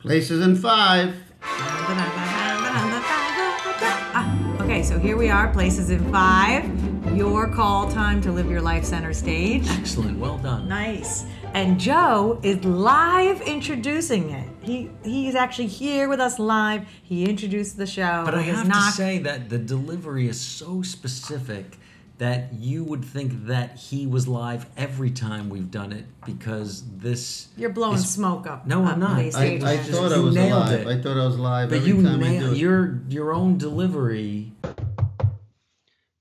Places in five. Ah, Okay, so here we are, places in five. Your call time to live your life center stage. Excellent. Well done. Nice. And Joe is live introducing it. He he's actually here with us live. He introduced the show. But I He has have not- to say that the delivery is so specific that you would think that he was live every time we've done it because this. you're blowing is- smoke up. No, up I'm not. these I, I stages. thought I You was nailed alive. it. I thought I was alive But every you time I do nail it. your your own delivery.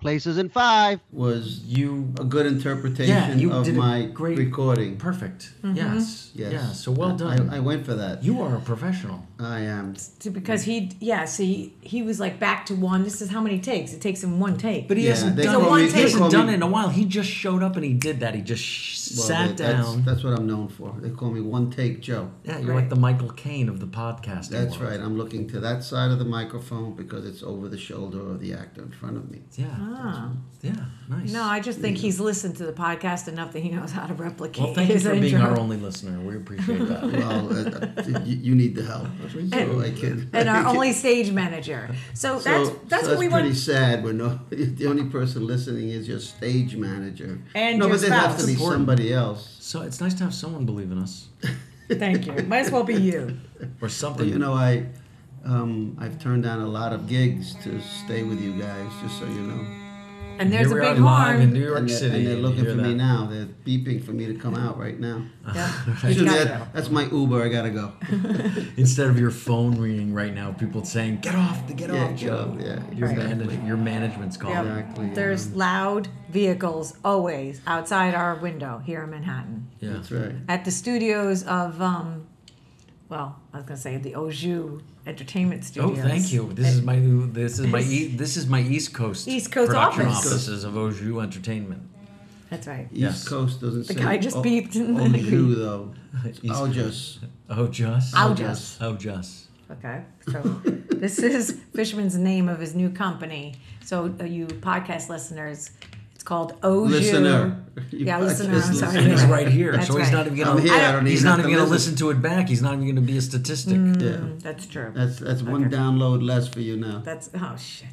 Places in five was You a good interpretation yeah, you of did my a great recording. Perfect. Yes. Yes. Yeah. So well I- done. I, I went for that. you are a professional. I am. To- because he yeah, see he was like back to one. This is how many takes. It takes him one take. But he Yeah, hasn't they done. call it- me- he they hasn't call me- done it in a while. He just showed up and he did that. He just sh- Well, sat that- that's- down. That's, what I'm known for. They call me One Take Joe. yeah, you're Right. like the Michael Caine of the podcast. That's right. I'm looking to that side of the microphone because it's over the shoulder of the actor in front of me. Yeah. Ah. Yeah. Nice. No, I just think he's listened to the podcast enough that he knows how to replicate Well, thank you his for intro. being our only listener. We appreciate that. Well, uh, uh, you, you need the help. So I can, and I our can- only stage manager. So, So that's so that's what we pretty want. sad when no, the only person listening is your stage manager. And no, your but there has spouse. to be Important. somebody else. so it's nice to have someone believe in us Thank you. Might as well be you. or something. Well, you know, I um, I've turned down a lot of gigs to stay with you guys, just so you know. And there's Here we a are big live in New horn. York and, they're, City. and they're you looking hear for me that. now. They're beeping for me to come out right now. Yep. Right. He's gotta That- go. that's my Uber. I gotta go. Instead of your phone ringing right now, people saying, "Get off! the- Get Yeah, off!" get Joe." off, yeah, Your Right. manage- your management's calling. Yep. Exactly, yeah. There's loud vehicles always outside our window here in Manhattan. Yeah. That's right. At the studios of, um, well, I was going to say the Oju Entertainment Oh, Studios. thank you. This is my this is my e- this is my East Coast East Coast production office. offices of Oju Entertainment. That's right. East Yes. Coast doesn't the say. guy just O- beeped and then Oju agreed. though. It's East Ojus. Oh, just I'll just. oh, just Okay. So this is Fishman's name of his new company. So uh, you podcast listeners, it's called Oju. Listener. You Yeah, podcast listener. I'm sorry. listener. and he's You're right here, That's so he's right. not even I'm gonna here, I don't he's even not have even to gonna listen. listen to it back. He's not even gonna be a statistic. Mm. Yeah. That's true. That's that's one download less for you now. That's oh shit.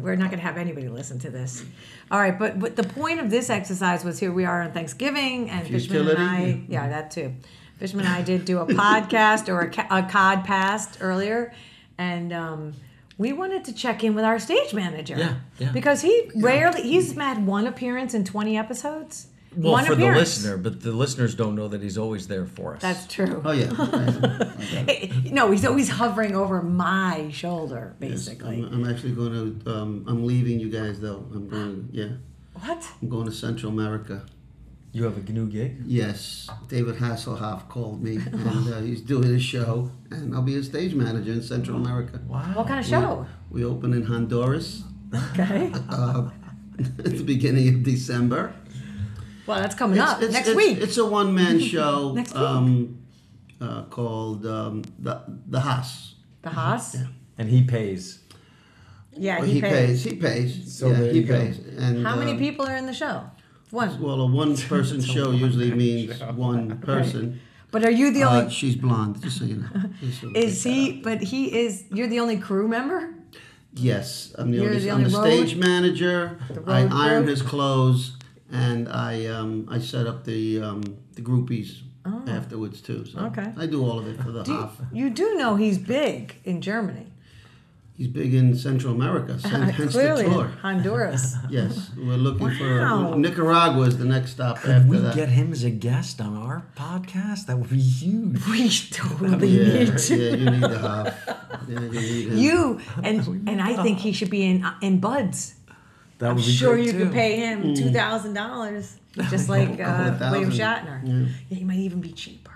We're not gonna have anybody listen to this. All right, but but the point of this exercise was here we are on Thanksgiving and Fishman and I Futility. yeah that too. Fishman and I did do a podcast or a, ca- a cod past earlier, and um, we wanted to check in with our stage manager. Yeah, yeah. Because he rarely he's had one appearance in twenty episodes. Well, one for the appearance. listener, but the listeners don't know that he's always there for us. That's true. Oh yeah. I- I- No, he's always hovering over my shoulder, I'm, basically. I'm actually going to. Um, I'm leaving you guys though. I'm going. Yeah. What? I'm going to Central America. you have a new gig. Yes, David Hasselhoff called me, and uh, he's doing a show, and I'll be a stage manager in Central America. What kind of show? We open in Honduras Okay. uh, at the beginning of December. Well, that's coming up next it's, week. It's a one man show Next week. um, uh, called um, the the Haas. the Haas? Yeah, And he pays. Well, he, pays. He pays. So yeah, there he you go. pays. And, How many um, people are in the show? One. Well, a one person show usually means one person. But are you the Uh, only? she's blonde, just so you know. Just so we Is get that out. he? But he is. You're the only crew member. Yes, I'm the You're only, the I'm only the road- stage manager. I road iron crew? his clothes, and I um, I set up the um, the groupies afterwards too. So Oh. Okay. I do all of it for the Do you, half. you do know he's big in Germany. He's big in Central America, so hence Clearly, the tour. Honduras. Yes, we're looking Wow. for Nicaragua is the next stop If after we that. get him as a guest on our podcast, that would be huge. we totally yeah, need to. yeah, you need the half. Yeah, you need him. You and and I think he should be in in Buds. That I'm would be sure great, you could too. pay Mm. him two thousand dollars, just like uh, thousand. William Shatner. Yeah. Yeah, he might even be cheaper.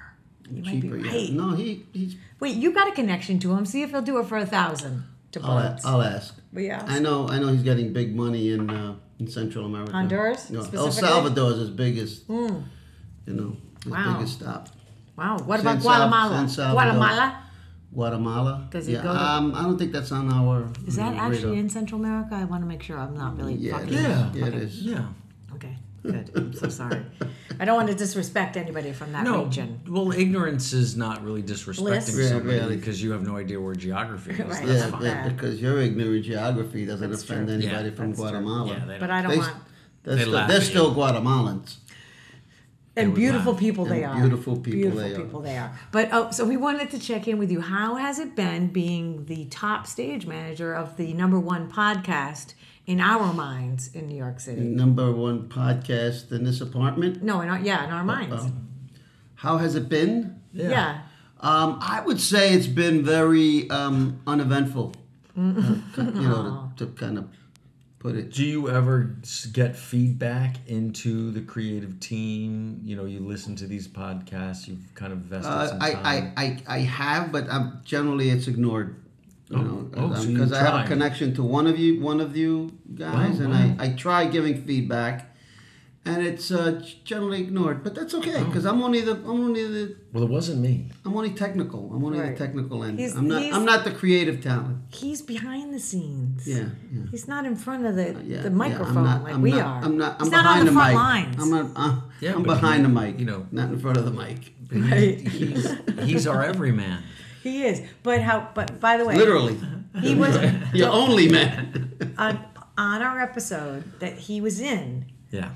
You might Cheaper, be yeah. right. No, he he's. Wait, you got a connection to him. See if he'll do it for a thousand to I'll, a- Buds. I'll ask. We ask. I know. I know he's getting big money in uh, in Central America. Honduras, No, El specifically? Hmm. Salvador is his biggest. You know, his Wow. biggest stop. Wow. What San about Sal- Guatemala? San Salvador. Guatemala? Guatemala. Does he yeah, go to- um, I don't think that's on our. Is that radar. actually in Central America? I want to make sure I'm not really Mm, Yeah, it is. fucking. Yeah. Yeah, it is. Yeah. Okay. Good. I'm so sorry. I don't want to disrespect anybody from that No, region. well, ignorance is not really disrespecting Bliss. Yeah, somebody really. because you have no idea where geography is. Right. That's Yeah, fine. Yeah. but because your ignorant geography doesn't That's offend true. anybody Yeah, from that's true. Guatemala. Yeah, they But don't- I don't They- want. They're, They still, laugh they're at you. still Guatemalans. And would beautiful laugh. people they And are. beautiful people Beautiful they are. people they are. But oh, so we wanted to check in with you. How has it been being the top stage manager of the number one podcast in our minds in New York City? Number one podcast in this apartment. No, in our yeah, in our Uh, minds. How has it been? yeah. Um, I would say it's been very um, uneventful. Uh, you know, to, to kind of put it. Do you ever s- get feedback into the creative team? You know, you listen to these podcasts, you've kind of vested Uh, some I, time. I, I, I have, but I'm generally it's ignored. You know, uh, oh, so you because I have try. a connection to one of you, one of you guys, Wow, and wow. I, I try giving feedback, and it's uh, generally ignored. But that's okay Oh. because I'm only the I'm only the well, it wasn't me. I'm only technical. I'm only Right. the technical end. He's- I'm not he's- I'm not the creative talent. He's behind the scenes. Yeah, yeah. He's not in front of the, Yeah, the yeah, microphone I'm not, like I'm we not, are. I'm not. I'm He's behind not on the, front mic. lines. I'm not. Uh, Yeah, I'm but behind he- the mic. you know. not in front of the mic. Right. He's, he's our everyman. he is. But how? But by the way, Literally, he was your only man. on, on our episode that he was in. Yeah.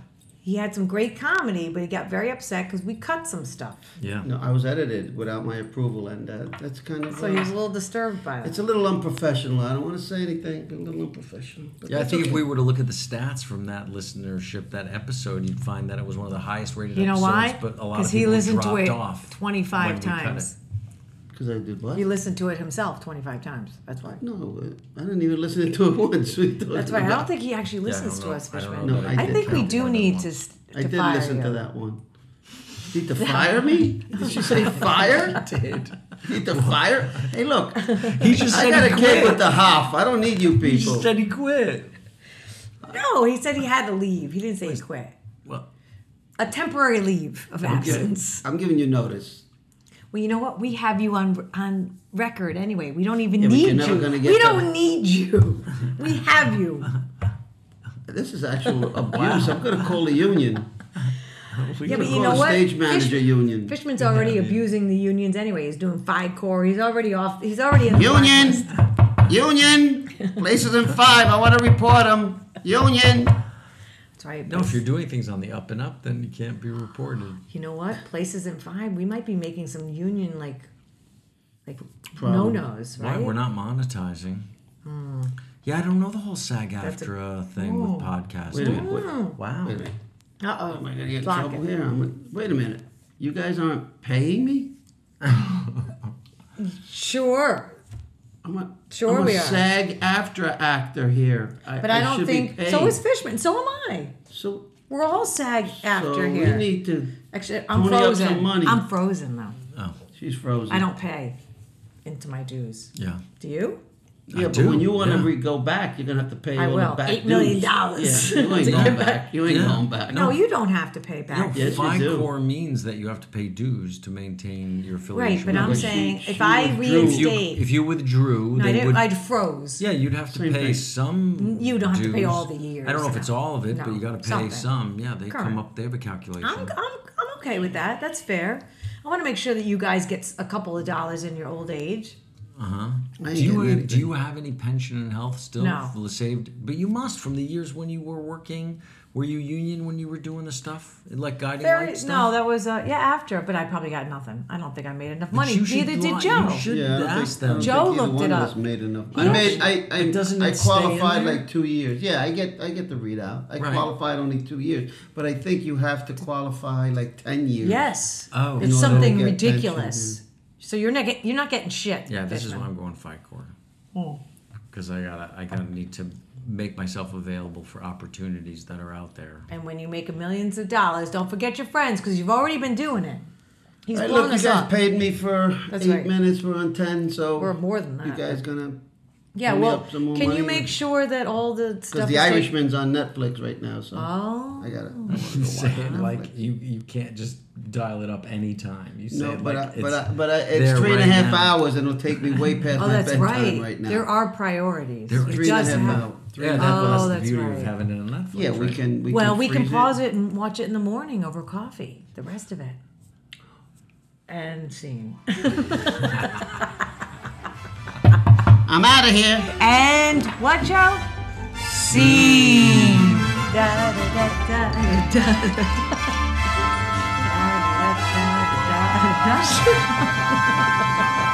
He had some great comedy, but he got very upset because we cut some stuff. Yeah. No, I was edited without my approval, and uh, that's kind of. So uh, he was a little disturbed by that. it's a little unprofessional. I don't want to say anything. A little unprofessional. but Yeah, I that's think if okay. we were to look at the stats from that listenership, that episode, you'd find that it was one of the highest rated You know episodes. why? But a lot of he people listened to dropped it off. 25 when we cut times. Because I did what? He listened to it himself 25 times. That's why. No, uh, I didn't even listen to it once. That's why I don't think he actually listens to know. us, I don't Fishman. No, know that I I did think we count do more than need once. to, s- to I did fire listen you. to that one. Need to fire me? Did she say fire? did. Need to fire? Hey, look. He just I said got he a kid quit. with the half. I don't need you people. He just said he quit. No, he said he had to leave. He didn't say he quit. Well, A temporary leave of absence. I'm giving you notice. Well, you know what? We have you on on record anyway. We don't even Yeah, but need you're never you. gonna get we that. don't need you. We have you. This is actual abuse. I'm going to call the union. we Yeah, could- but you call know the what? stage manager union. Fishman's already abusing the unions anyway. He's doing five core. He's already off. He's already in the Union! blacklist. Union! Places in five. I want to report them. Union! That's right. no, if you're doing things on the up and up, then you can't be reported. you know what? Places in five. We might be making some union like like no Problem. nos, Why? right? Hmm. We're not monetizing. Yeah, I don't know the whole SAG That's a- AFTRA thing with podcasting. Wait a minute. Wait, Wow. wait a minute. Uh Am I oh. going to get in Block trouble it. here? I'm gonna- wait a minute. You guys aren't paying me? Sure. I'm a, Sure I'm a we are. SAG after actor here. I, But I, don't should be think paid. so is Fishman. So am I. so, We're all SAG after so we here. need to. Actually, I'm Pony up frozen. some money. I'm frozen though. Oh, She's frozen. I don't pay into my dues. yeah. Do you? Yeah, but do, when you want to yeah. re- go back, you're gonna have to pay I all will. the back Eight million dues. dollars Yeah, you ain't to going get back. back. You ain't Yeah. going back. No, you don't have to pay back. Yes, we do. FICOR means that you have to pay dues to maintain your affiliation. right, but with I'm the- she- saying she if I withdrew. If if you, reinstate, if you withdrew, no, I they didn't. would. I froze. yeah, you'd have to Same pay thing. some. You don't have to pay dues. all the years, I don't know if it's no. all of it, but No, you got to pay something. some. Yeah, they Correct. come up. They have a calculation. I'm, I'm, I'm okay with that. That's fair. I want to make sure that you guys get a couple of dollars in your old age. uh huh. I Do ain't you getting do you have any pension and health still No. f- saved? But you must from the years when you were working. Were you union when you were doing the stuff like guiding There light is stuff? no, that was uh, yeah after, but I probably got nothing. I don't think I made enough money. You should Neither li- did Joe. You should Yeah, I don't think- ask I don't them. think Joe either looked one it of up. us Made enough. He I made. I. I, doesn't I it stay in qualified there? like two years. Yeah, I get. I get the readout. I Right. qualified only two years, but I think you have to qualify like ten years. Yes. Oh. In order it's to something get ridiculous. So you're not get, you're not getting shit. Yeah, this is Fishman. why I'm going FICOR. Oh. Because I gotta, I gotta need to make myself available for opportunities that are out there. And when you make millions of dollars, don't forget your friends because you've already been doing it. He's Hey, blown look, you us guys up. paid me for That's eight right. minutes. We're on ten, so We're more than that. you guys gonna? yeah. pony Well, up some more can you money? make sure that all the stuff? Because is The taken- Irishman's on Netflix right now, so Oh. I gotta. say it like you, you can't just dial it up anytime. You say No, it but like I, it's but I, but I, there it's three and a right half now. hours, and it'll take me way past Oh, my that's bedtime right. right, now. There are priorities. There It is. three and a does half have- hours. three. Yeah, and a that, half well, hours. that's the Oh, that's beauty right. of having it on Netflix. yeah, we right? can. We well, can we can freeze pause it. and watch it in the morning over coffee. The rest of it. And scene. I'm out of here. And watch out. Scene. Da, da, da, da, da, da, da, da. Da, da, da, da, da.